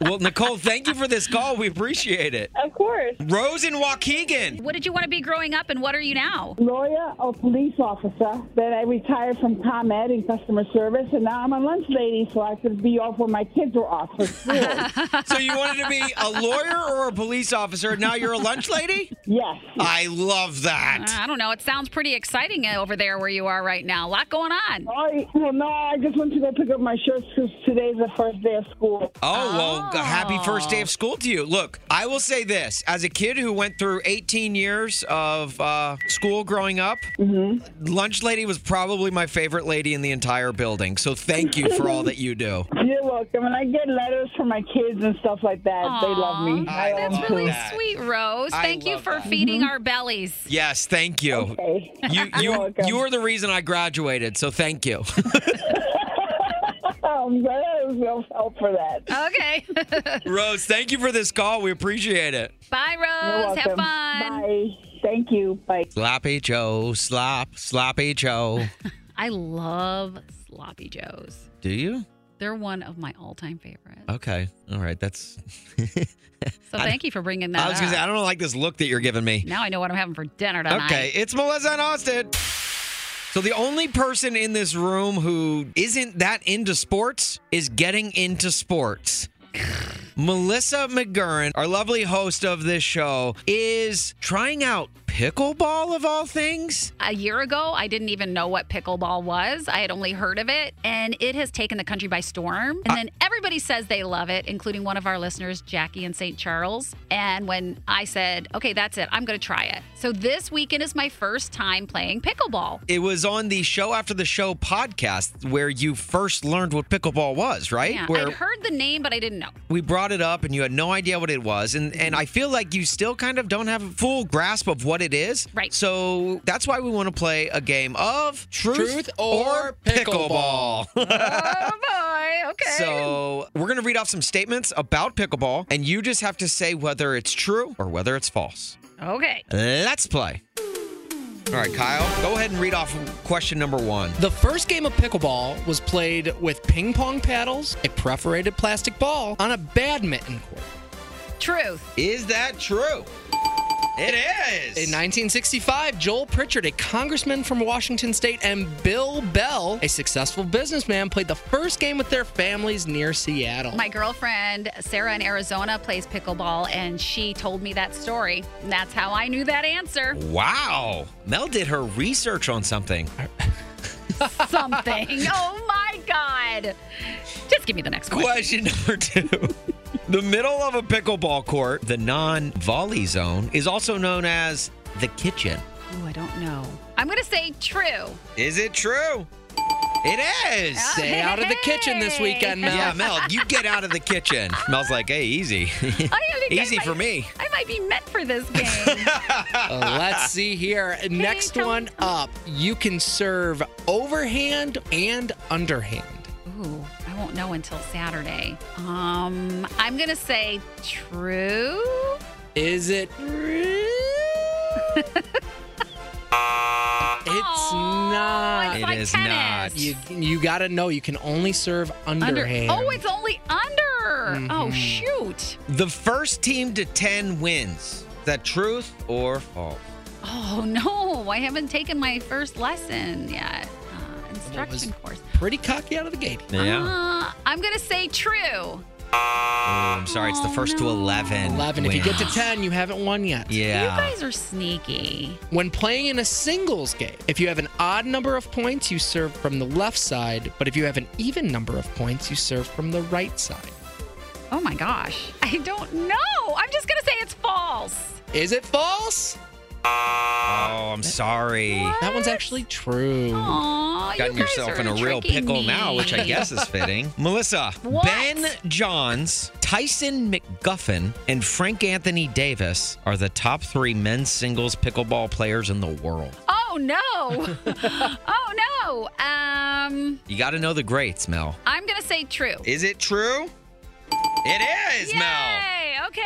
[SPEAKER 2] Well, Nicole, thank you for this call. We appreciate it.
[SPEAKER 9] Of course.
[SPEAKER 2] Rose and Waukegan.
[SPEAKER 3] What did you want to be growing up and what are you now?
[SPEAKER 7] lawyer or police officer. Then I retired from Tom Ed in customer service, and now I'm a lunch lady, so I could be off when my kids are off for school.
[SPEAKER 2] So you wanted to be a lawyer or a police officer, and now you're a lunch lady?
[SPEAKER 7] yes.
[SPEAKER 2] I love
[SPEAKER 3] Uh,
[SPEAKER 2] that.
[SPEAKER 3] I don't know. It sounds pretty exciting uh, over there where you are right now. A lot going on.
[SPEAKER 7] I, well, no, I just went to go pick up my shirts because today's the first day of school.
[SPEAKER 2] Oh, well,
[SPEAKER 3] Oh.
[SPEAKER 2] happy first day of school to you. Look, I will say this as a kid who went through 18 years of uh, school growing up,
[SPEAKER 7] Mm-hmm.
[SPEAKER 2] Lunch Lady was probably my favorite lady in the entire building. So thank you for all that you do.
[SPEAKER 7] You're welcome. And I get letters from my kids and stuff like that. They love me.
[SPEAKER 3] Aw,
[SPEAKER 7] I love Mm-hmm.
[SPEAKER 3] That's
[SPEAKER 7] them
[SPEAKER 3] really
[SPEAKER 7] too.
[SPEAKER 3] sweet, Rose.
[SPEAKER 2] I
[SPEAKER 3] Thank you
[SPEAKER 2] love
[SPEAKER 3] for
[SPEAKER 2] that.
[SPEAKER 3] feeding our bellies.
[SPEAKER 2] Yes, thank you.
[SPEAKER 7] Okay.
[SPEAKER 2] You you
[SPEAKER 7] welcome.
[SPEAKER 2] you are the reason I graduated, so thank you.
[SPEAKER 7] I'm glad I was well help for that.
[SPEAKER 3] Okay.
[SPEAKER 2] Rose, thank you for this call. We appreciate it.
[SPEAKER 3] Bye,
[SPEAKER 7] You're
[SPEAKER 3] Rose. Have
[SPEAKER 7] welcome.
[SPEAKER 3] fun.
[SPEAKER 7] Bye. Thank you. Bye.
[SPEAKER 2] Sloppy Joe, slop, sloppy Joe.
[SPEAKER 3] I love Sloppy Joes.
[SPEAKER 2] Do you?
[SPEAKER 3] They're one of my all-time favorites.
[SPEAKER 2] Okay. All right. That's.
[SPEAKER 3] So thank you for bringing that
[SPEAKER 2] I was gonna say
[SPEAKER 3] up.
[SPEAKER 2] I don't like this look that you're giving me.
[SPEAKER 3] now I know what I'm having for dinner tonight.
[SPEAKER 2] Okay, it's Melissa and Austin. So the only person in this room who isn't that into sports is getting into sports. Melissa McGurran, our lovely host of this show, is trying out pickleball of all things.
[SPEAKER 3] A year ago, I didn't even know what pickleball was. I had only heard of it, and it has taken the country by storm. And then everybody says they love it, including one of our listeners, Jackie in St. Charles. And when I said, okay, that's it, I'm going to try it. So this weekend is my first time playing pickleball.
[SPEAKER 2] It was on the show after the show podcast where you first learned what pickleball was, right?
[SPEAKER 3] Yeah,
[SPEAKER 2] where
[SPEAKER 3] I'd heard the name, but I didn't know.
[SPEAKER 2] we brought it up and you had no idea what it was and and I feel like you still kind of don't have a full grasp of what it is.
[SPEAKER 3] Right.
[SPEAKER 2] So that's why we want to play a game of truth,
[SPEAKER 6] Truth or pickleball.
[SPEAKER 3] Oh, boy. Okay.
[SPEAKER 2] So we're gonna read off some statements about pickleball, and you just have to say whether it's true or whether it's false.
[SPEAKER 3] okay.
[SPEAKER 2] Let's play. All right, Kyle, go ahead and read off question number one.
[SPEAKER 6] The first game of pickleball was played with ping pong paddles, a perforated plastic ball, on a badminton court.
[SPEAKER 3] Truth.
[SPEAKER 2] Is that true? It is.
[SPEAKER 6] In 1965, Joel Pritchard, a congressman from Washington State, and Bill Bell, a successful businessman, played the first game with their families near Seattle.
[SPEAKER 3] My girlfriend, Sarah in Arizona, plays pickleball, and she told me that story. And that's how I knew that answer.
[SPEAKER 2] Wow. Mel did her research on something.
[SPEAKER 3] Something. oh my God. Just give me the next question.
[SPEAKER 2] Question number two. the middle of a pickleball court, the non volley zone, is also known as the kitchen.
[SPEAKER 3] Ooh, I don't know. I'm going to say true.
[SPEAKER 2] Is it true? It is.
[SPEAKER 6] Stay out of the kitchen this weekend, Ah, Mel.
[SPEAKER 2] Yeah, Mel, you get out of the kitchen. Mel's like, hey, easy.
[SPEAKER 3] I think I
[SPEAKER 2] easy
[SPEAKER 3] might-
[SPEAKER 2] for me.
[SPEAKER 3] I might be meant for this game.
[SPEAKER 6] Uh, let's see here. Next
[SPEAKER 3] tell-
[SPEAKER 6] one up. You can serve overhand and underhand.
[SPEAKER 3] Ooh, I won't know until Saturday. Um, I'm going to say true.
[SPEAKER 6] Is it true? it's
[SPEAKER 3] Aw,
[SPEAKER 6] not.
[SPEAKER 3] It's
[SPEAKER 2] It
[SPEAKER 3] like
[SPEAKER 2] is
[SPEAKER 3] tennis.
[SPEAKER 2] not.
[SPEAKER 6] You, you gotta know you can only serve
[SPEAKER 3] Under.
[SPEAKER 6] underhand.
[SPEAKER 3] Oh, it's only under.
[SPEAKER 6] Mm-hmm.
[SPEAKER 3] Oh, shoot.
[SPEAKER 2] The first team to 10 wins. Is that truth or false?
[SPEAKER 3] Oh, no. I haven't taken my first lesson yet. Uh,
[SPEAKER 6] That was
[SPEAKER 3] instruction course.
[SPEAKER 6] pretty cocky out of the gate.
[SPEAKER 3] Uh, I'm going to say true.
[SPEAKER 2] Oh, I'm sorry, it's the first to 11.
[SPEAKER 6] 11. If you get to
[SPEAKER 2] wins.
[SPEAKER 6] 10, you haven't won yet.
[SPEAKER 3] You
[SPEAKER 2] Yeah.
[SPEAKER 3] guys are sneaky.
[SPEAKER 6] When playing in a singles game, if you have an odd number of points, you serve from the left side, but if you have an even number of points, you serve from the right side.
[SPEAKER 3] Oh, my gosh. I don't know. I'm just going to say it's false.
[SPEAKER 6] Is it false?
[SPEAKER 2] Oh, I'm sorry.
[SPEAKER 6] That one's actually true.
[SPEAKER 3] Aw,
[SPEAKER 2] gotten
[SPEAKER 3] you guys
[SPEAKER 2] yourself
[SPEAKER 3] are
[SPEAKER 2] in a real
[SPEAKER 3] tricking
[SPEAKER 2] pickle
[SPEAKER 3] me.
[SPEAKER 2] now, which I guess is fitting. Melissa,
[SPEAKER 3] What?
[SPEAKER 2] Ben Johns, Tyson McGuffin, and Frank Anthony Davis are the top three men's singles pickleball players in the world.
[SPEAKER 3] Oh, no. oh, no. Um,
[SPEAKER 2] You got to know the greats, Mel.
[SPEAKER 3] I'm going to say true.
[SPEAKER 2] Is it true? It is,
[SPEAKER 3] Yay. Okay.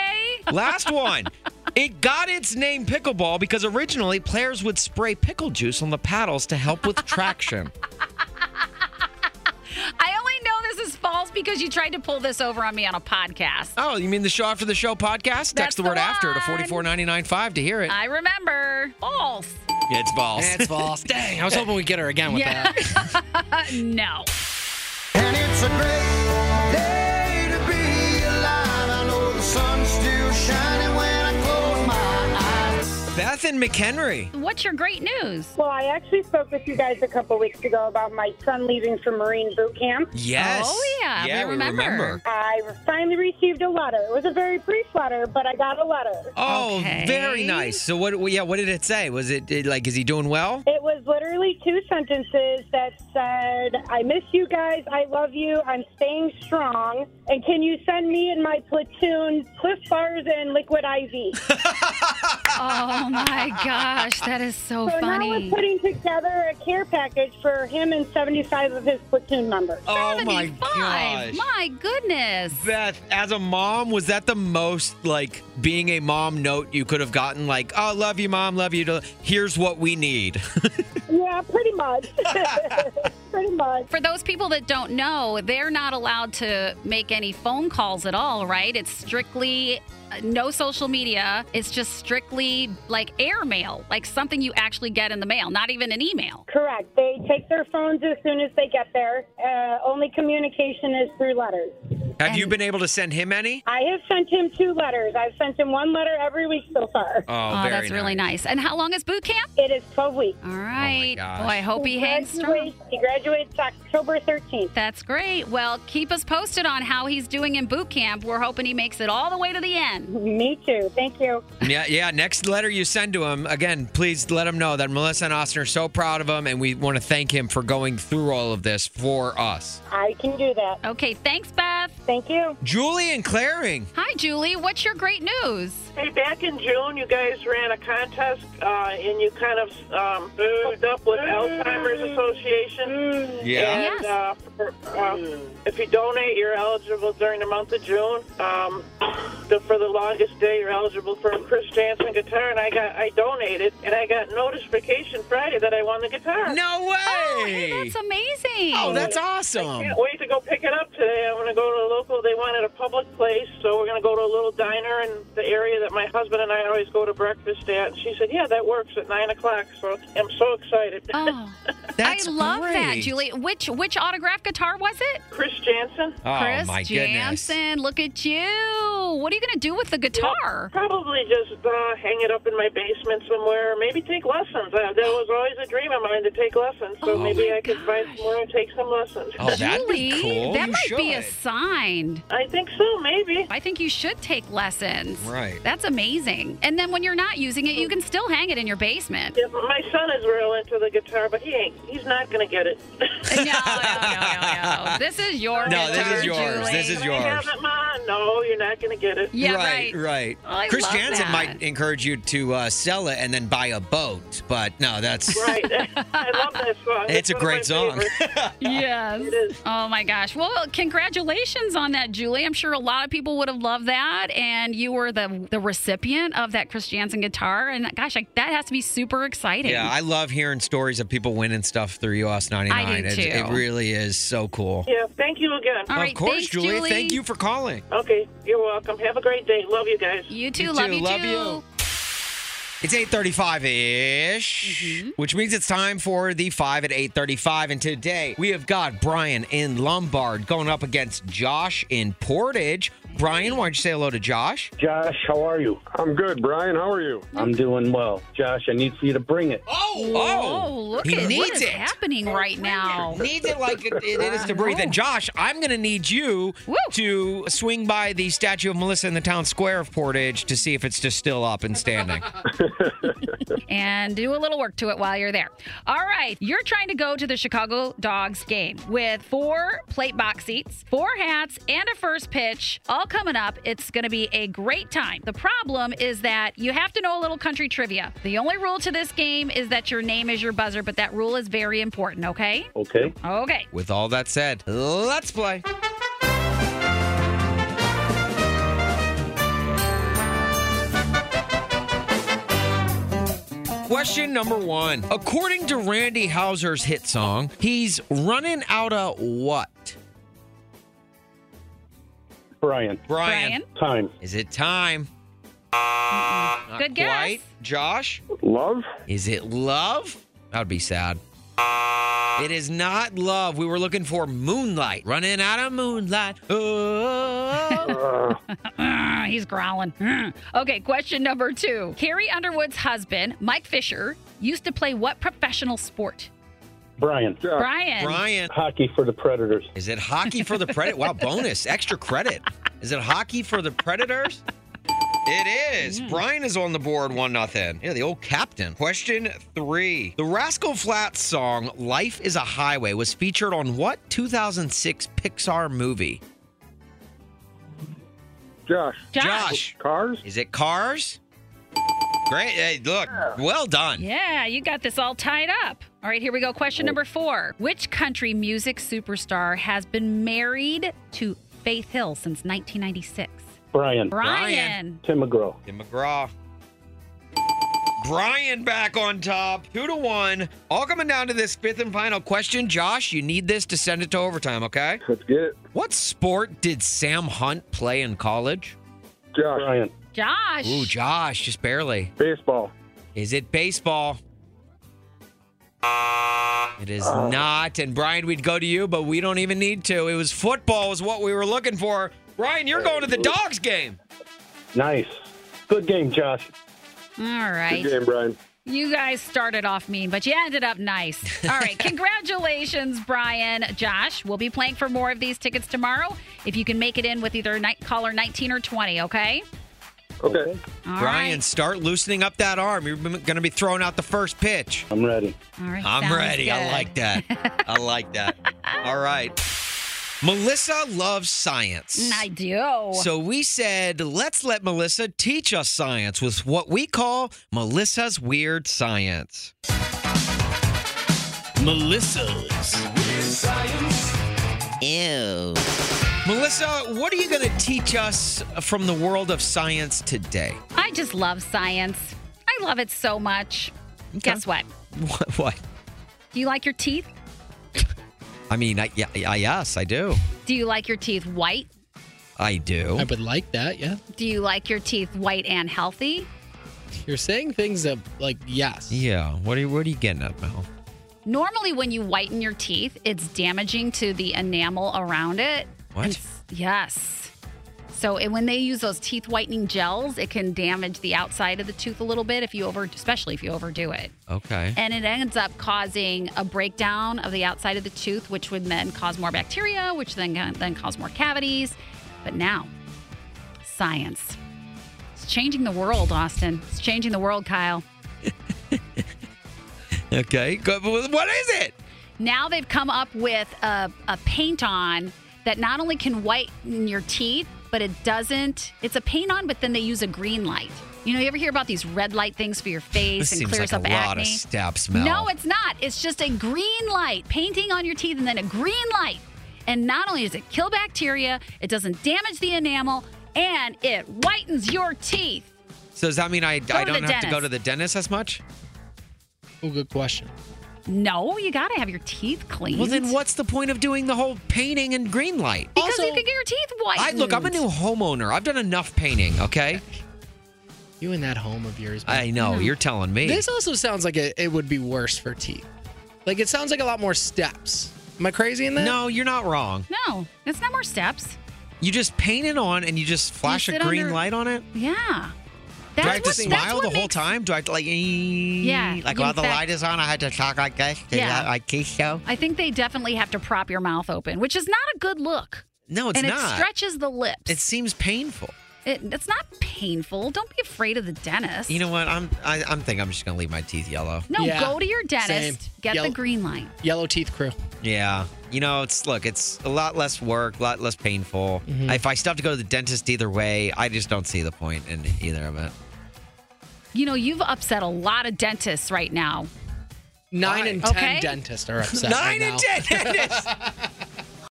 [SPEAKER 2] Mel. Last one. It got its name pickleball because originally players would spray pickle juice on the paddles to help with traction.
[SPEAKER 3] I only know this is false because. because you tried to pull this over on me on a podcast.
[SPEAKER 2] Oh, you mean the show after the show
[SPEAKER 3] That's
[SPEAKER 2] podcast? Text the
[SPEAKER 3] the
[SPEAKER 2] word after to
[SPEAKER 3] one.
[SPEAKER 2] 44995 to hear it.
[SPEAKER 3] I remember. False.
[SPEAKER 2] it's balls.
[SPEAKER 6] That's false. Dang, I was hoping we'd get her again with
[SPEAKER 3] Yeah.
[SPEAKER 6] that.
[SPEAKER 3] no.
[SPEAKER 10] And it's a great day to be alive. I know the sun's still shining when I close my eyes.
[SPEAKER 2] Beth and McHenry.
[SPEAKER 3] What's your great news?
[SPEAKER 7] Well, I actually spoke with you guys a couple weeks ago about my son leaving for Marine boot camp.
[SPEAKER 2] Yes.
[SPEAKER 3] Oh, yeah, we
[SPEAKER 2] Yeah,
[SPEAKER 3] remember.
[SPEAKER 7] I finally received a letter. It was a very brief letter, but I got a letter.
[SPEAKER 2] Oh,
[SPEAKER 3] Okay.
[SPEAKER 2] very nice. So what? Yeah, what did it say? Was it it- like, is he doing well?
[SPEAKER 7] It was literally two sentences that said, I miss you guys. I love you. I'm staying strong. And can you send me and my platoon cliff bars and liquid IV?
[SPEAKER 3] Oh my gosh, that is so
[SPEAKER 7] so now
[SPEAKER 3] funny.
[SPEAKER 7] we're putting together a care package for him and 75 of his platoon members.
[SPEAKER 2] Oh my
[SPEAKER 3] 75.
[SPEAKER 2] gosh.
[SPEAKER 3] My goodness.
[SPEAKER 2] Beth, as a mom, was that the most like being a mom note you could have gotten? Like, oh, love you, mom, love you. Here's what we need.
[SPEAKER 7] Yeah, pretty much. pretty much.
[SPEAKER 3] For those people that don't know, they're not allowed to make any phone calls at all, right? It's strictly uh, no social media. It's just strictly like airmail, like something you actually get in the mail, not even an email.
[SPEAKER 7] Correct. They take their phones as soon as they get there. Uh, only communication is through letters.
[SPEAKER 2] have you been able to send him any?
[SPEAKER 7] I have sent him two letters. I've sent him one letter every week so far.
[SPEAKER 2] Oh,
[SPEAKER 3] Oh,
[SPEAKER 2] very Oh,
[SPEAKER 3] that's really nice. And how long is boot camp?
[SPEAKER 7] It is 12 weeks.
[SPEAKER 3] All right.
[SPEAKER 2] gosh.
[SPEAKER 3] Boy, I hope he hangs strong.
[SPEAKER 7] graduates, he graduates October 13th.
[SPEAKER 3] That's great. Well, keep us posted on how he's doing in boot camp. We're hoping he makes it all the way to the end.
[SPEAKER 7] Me too. Thank you.
[SPEAKER 2] Yeah, yeah. Next letter you send to him, again, please let him know that Melissa and Austin are so proud of him, and we want to thank him for going through all of this for us.
[SPEAKER 7] I can do that.
[SPEAKER 3] Okay, thanks, Beth.
[SPEAKER 7] Thank you.
[SPEAKER 2] Julie and Claring.
[SPEAKER 3] Hi, Julie. What's your great news?
[SPEAKER 4] Hey, back in June, you guys ran a contest uh, and you kind of um, moved up with Alzheimer's Association.
[SPEAKER 2] Yeah.
[SPEAKER 4] And uh, for, uh, if you donate, you're eligible during the month of June. Um, the, for the longest day, you're eligible for a Chris Jansen guitar, and I got I donated, and I got notification Friday that I won the guitar.
[SPEAKER 2] No way.
[SPEAKER 3] Oh, hey, that's amazing.
[SPEAKER 6] Oh, that's awesome.
[SPEAKER 4] Can't wait to go pick it up today. I'm going to go to a local. They wanted a public place, so we're going to go to a little diner in the area that my husband and I always go to breakfast at. And she said, "Yeah, that works at nine o'clock." So I'm so excited.
[SPEAKER 3] Oh,
[SPEAKER 2] That's
[SPEAKER 3] I love that,
[SPEAKER 2] great.
[SPEAKER 3] Julie. Which which autograph guitar was it?
[SPEAKER 4] Chris Jansen,
[SPEAKER 2] Oh
[SPEAKER 3] Chris
[SPEAKER 2] my
[SPEAKER 3] Jansen,
[SPEAKER 2] goodness.
[SPEAKER 3] look at you. What are you gonna do with the guitar?
[SPEAKER 4] probably just uh, hang it up in my basement somewhere. Maybe take lessons. Uh, that was always a dream of mine to take lessons. So
[SPEAKER 3] Oh
[SPEAKER 4] maybe
[SPEAKER 3] my
[SPEAKER 4] I could find
[SPEAKER 3] gosh.
[SPEAKER 4] somewhere and take some lessons.
[SPEAKER 2] Oh, that'd
[SPEAKER 3] Julie,
[SPEAKER 2] be cool.
[SPEAKER 3] That
[SPEAKER 2] You
[SPEAKER 3] might be a
[SPEAKER 2] should.
[SPEAKER 3] sign.
[SPEAKER 4] I think so. Maybe.
[SPEAKER 3] I think you should take lessons.
[SPEAKER 2] Right.
[SPEAKER 3] That's amazing. And then when you're not using it,
[SPEAKER 4] Mm.
[SPEAKER 3] you can still hang it in your basement.
[SPEAKER 4] Yeah, my son is real into the guitar, but he ain't. He's not going to get it.
[SPEAKER 3] no, no, no, no, no. This is your
[SPEAKER 2] No, this
[SPEAKER 3] guitar,
[SPEAKER 2] is yours.
[SPEAKER 3] Julie.
[SPEAKER 2] This is
[SPEAKER 4] Can I have
[SPEAKER 2] yours.
[SPEAKER 4] it, Ma? No, you're not going to get it.
[SPEAKER 3] Yeah,
[SPEAKER 2] right,
[SPEAKER 3] right.
[SPEAKER 2] right.
[SPEAKER 3] Oh, I
[SPEAKER 2] Chris
[SPEAKER 3] love
[SPEAKER 2] Jansen
[SPEAKER 3] that.
[SPEAKER 2] might encourage you to uh, sell it and then buy a boat, but no, that's
[SPEAKER 4] Right. I love that song.
[SPEAKER 2] It's a
[SPEAKER 4] one of my
[SPEAKER 2] great song.
[SPEAKER 4] favorites.
[SPEAKER 3] Yes. Oh my gosh. Well, congratulations on that, Julie. I'm sure a lot of people would have loved that, and you were the the recipient of that Chris Jansen guitar. And gosh, like, that has to be super exciting.
[SPEAKER 2] yeah. I love hearing stories of people winning stuff through US 99.
[SPEAKER 3] I do
[SPEAKER 2] It-
[SPEAKER 3] too.
[SPEAKER 2] It, really is so cool.
[SPEAKER 4] Yeah, thank you again.
[SPEAKER 3] All right,
[SPEAKER 2] of course,
[SPEAKER 3] thanks,
[SPEAKER 2] Julie.
[SPEAKER 3] Julie.
[SPEAKER 2] Thank you for calling.
[SPEAKER 4] Okay, you're welcome. Have a great day. Love you guys.
[SPEAKER 3] You too.
[SPEAKER 2] You
[SPEAKER 3] love
[SPEAKER 2] too.
[SPEAKER 3] you
[SPEAKER 2] Love
[SPEAKER 3] too.
[SPEAKER 2] you. It's 8:35 ish,
[SPEAKER 3] Mm-hmm.
[SPEAKER 2] which means it's time for the 5 at 8:35 and today we have got Brian in Lombard going up against Josh in Portage. Brian, why don't you say hello to Josh?
[SPEAKER 11] Josh, how are you? I'm good, Brian. How are you? I'm doing well. Josh, I need for you to bring it.
[SPEAKER 2] Oh,
[SPEAKER 3] Oh, look
[SPEAKER 2] he
[SPEAKER 3] at what
[SPEAKER 2] needs
[SPEAKER 3] is
[SPEAKER 2] it. Oh,
[SPEAKER 3] happening right now.
[SPEAKER 2] Needs it like it, it is to breathe. And Josh, I'm going to need you
[SPEAKER 3] Woo.
[SPEAKER 2] to swing by the statue of Melissa in the town square of Portage to see if it's just still up and standing.
[SPEAKER 3] and do a little work to it while you're there. All right, you're trying to go to the Chicago Dogs game with four plate box seats, four hats, and a first pitch all coming up. It's going to be a great time. The problem is that you have to know a little country trivia. The only rule to this game is that your name is your buzzer, but that rule is very important, okay?
[SPEAKER 11] Okay.
[SPEAKER 3] Okay.
[SPEAKER 2] With all that said, let's play. Question number one. According to Randy Hauser's hit song, he's running out of what?
[SPEAKER 11] Brian.
[SPEAKER 2] Brian.
[SPEAKER 11] Time.
[SPEAKER 2] Is it time? Not
[SPEAKER 3] Good guess.
[SPEAKER 2] quite. Josh?
[SPEAKER 11] Love?
[SPEAKER 2] Is it love? That would be sad. It is not love. We were looking for moonlight. Running out of moonlight.
[SPEAKER 11] Uh,
[SPEAKER 2] Oh.
[SPEAKER 3] Ah, He's growling. Ah. Okay, question number two. Carrie Underwood's husband, Mike Fisher, used to play what professional sport?
[SPEAKER 11] Brian.
[SPEAKER 3] Brian.
[SPEAKER 2] Brian.
[SPEAKER 11] Hockey for the Predators.
[SPEAKER 2] Is it hockey for the predator? Wow, bonus, extra credit. Is it hockey for the predators? It is. Brian is on the board, one nothing. Yeah, the old captain. Question three: The Rascal Flats song "Life Is a Highway" was featured on what 2006 Pixar movie?
[SPEAKER 11] Josh.
[SPEAKER 3] Josh.
[SPEAKER 11] Cars?
[SPEAKER 2] Is it Cars? Great. Hey, look, well done.
[SPEAKER 3] Yeah, you got this all tied up. All right, here we go. Question number four. Which country music superstar has been married to Faith Hill since 1996?
[SPEAKER 11] Brian.
[SPEAKER 3] Brian.
[SPEAKER 11] Tim McGraw.
[SPEAKER 2] Tim McGraw. Brian back on top, two to one. All coming down to this fifth and final question. Josh, you need this to send it to overtime, okay?
[SPEAKER 11] Let's get it.
[SPEAKER 2] What sport did Sam Hunt play in college?
[SPEAKER 11] Josh. Brian.
[SPEAKER 3] Josh.
[SPEAKER 2] Ooh, Josh, just barely.
[SPEAKER 11] Baseball.
[SPEAKER 2] Is it baseball? It is
[SPEAKER 11] Uh.
[SPEAKER 2] not. And Brian, we'd go to you, but we don't even need to. It was football, is what we were looking for. Brian, you're going to the dogs game.
[SPEAKER 11] Nice. Good game, Josh.
[SPEAKER 3] All right.
[SPEAKER 11] Good game, Brian.
[SPEAKER 3] You guys started off mean, but you ended up nice. All right. Congratulations, Brian. Josh, we'll be playing for more of these tickets tomorrow. If you can make it in with either night caller 19 or 20, okay?
[SPEAKER 11] Okay.
[SPEAKER 3] All
[SPEAKER 2] Brian,
[SPEAKER 3] right.
[SPEAKER 2] start loosening up that arm. You're going to be throwing out the first pitch.
[SPEAKER 11] I'm ready.
[SPEAKER 3] All right.
[SPEAKER 2] I'm
[SPEAKER 3] sounds
[SPEAKER 2] ready. I
[SPEAKER 3] good.
[SPEAKER 2] like that. I like that. All right. Melissa loves science.
[SPEAKER 3] Mm, I do.
[SPEAKER 2] So we said, let's let Melissa teach us science with what we call Melissa's Weird Science. Ew. Melissa, what are you going to teach us from the world of science today?
[SPEAKER 3] I just love science. I love it so much. Guess what?
[SPEAKER 2] What? what?
[SPEAKER 3] Do you like your teeth?
[SPEAKER 2] I mean, I, yeah, I, yes, I do.
[SPEAKER 3] Do you like your teeth white?
[SPEAKER 2] I do.
[SPEAKER 6] I would like that, yeah.
[SPEAKER 3] Do you like your teeth white and healthy?
[SPEAKER 6] You're saying things that, like, yes.
[SPEAKER 2] Yeah. What are you, what are you getting at, Mel?
[SPEAKER 3] Normally, when you whiten your teeth, it's damaging to the enamel around it.
[SPEAKER 2] What?
[SPEAKER 3] And s- yes. So and when they use those teeth whitening gels, it can damage the outside of the tooth a little bit if you over, especially if you overdo it,
[SPEAKER 2] Okay.
[SPEAKER 3] and it ends up causing a breakdown of the outside of the tooth, which would then cause more bacteria, which then can- then cause more cavities. But now, science. It's changing the world, Austin. It's changing the world, Kyle.
[SPEAKER 2] Okay. Good. Well, What is it?
[SPEAKER 3] Now they've come up with a, a paint on that not only can whiten your teeth, but it doesn't. It's a paint on, but then they use a green light. You know, you ever hear about these red light things for your face
[SPEAKER 2] This
[SPEAKER 3] and
[SPEAKER 2] seems
[SPEAKER 3] clears
[SPEAKER 2] like a
[SPEAKER 3] up
[SPEAKER 2] lot
[SPEAKER 3] acne?
[SPEAKER 2] of steps, Mel.
[SPEAKER 3] No, it's not. It's just a green light painting on your teeth and then a green light. And not only does it kill bacteria, it doesn't damage the enamel, and it whitens your teeth.
[SPEAKER 2] So does that mean I, I
[SPEAKER 3] to the
[SPEAKER 2] don't have to go
[SPEAKER 3] dentist.
[SPEAKER 2] to the dentist as much?
[SPEAKER 6] Oh, good question.
[SPEAKER 3] No, you gotta have your teeth cleaned.
[SPEAKER 2] Well, then what's the point of doing the whole painting and green light?
[SPEAKER 3] Because
[SPEAKER 6] Also-
[SPEAKER 3] you can get your teeth
[SPEAKER 2] I
[SPEAKER 3] whitened.
[SPEAKER 2] look, I'm a new homeowner. I've done enough painting, okay?
[SPEAKER 6] You and that home of yours. man.
[SPEAKER 2] I know, you're telling me.
[SPEAKER 6] This also sounds like it, it would be worse for teeth. Like, it sounds like a lot more steps. Am I crazy in that?
[SPEAKER 2] no, you're not wrong.
[SPEAKER 3] No, it's not more steps.
[SPEAKER 2] You just paint it on and you just flash a
[SPEAKER 3] sit
[SPEAKER 2] green
[SPEAKER 3] under-
[SPEAKER 2] light on it.
[SPEAKER 3] Yeah.
[SPEAKER 2] Do
[SPEAKER 3] That's
[SPEAKER 2] I have to
[SPEAKER 3] what- that's
[SPEAKER 2] smile
[SPEAKER 3] what
[SPEAKER 2] the whole
[SPEAKER 3] makes-
[SPEAKER 2] time? Do I have to like, yeah, like
[SPEAKER 3] you-
[SPEAKER 2] while
[SPEAKER 3] in
[SPEAKER 2] the
[SPEAKER 3] fact-
[SPEAKER 2] light is on, I had to talk like this? Did
[SPEAKER 3] Yeah.
[SPEAKER 2] that, like this show?
[SPEAKER 3] I think they definitely have to prop your mouth open, which is not a good look.
[SPEAKER 2] No, it's
[SPEAKER 3] and it
[SPEAKER 2] not.
[SPEAKER 3] stretches the lips.
[SPEAKER 2] it seems painful.
[SPEAKER 3] It- it's not painful. Don't be afraid of the dentist.
[SPEAKER 2] You know what? I'm I, I'm thinking I'm just gonna leave my teeth yellow.
[SPEAKER 3] no,
[SPEAKER 6] Yeah.
[SPEAKER 3] go to your dentist,
[SPEAKER 6] Same.
[SPEAKER 3] get
[SPEAKER 6] Yellow-
[SPEAKER 3] the green light.
[SPEAKER 6] Yellow teeth crew.
[SPEAKER 2] Yeah. You know, it's look, it's a lot less work, a lot less painful. If I still have to go to the dentist either way, I just don't see the point in either of it.
[SPEAKER 3] You know, you've upset a lot of dentists right now.
[SPEAKER 6] Nine
[SPEAKER 2] Why?
[SPEAKER 6] and ten
[SPEAKER 3] Okay.
[SPEAKER 6] dentists are upset.
[SPEAKER 2] Nine
[SPEAKER 6] right
[SPEAKER 2] and
[SPEAKER 6] now.
[SPEAKER 2] ten dentists.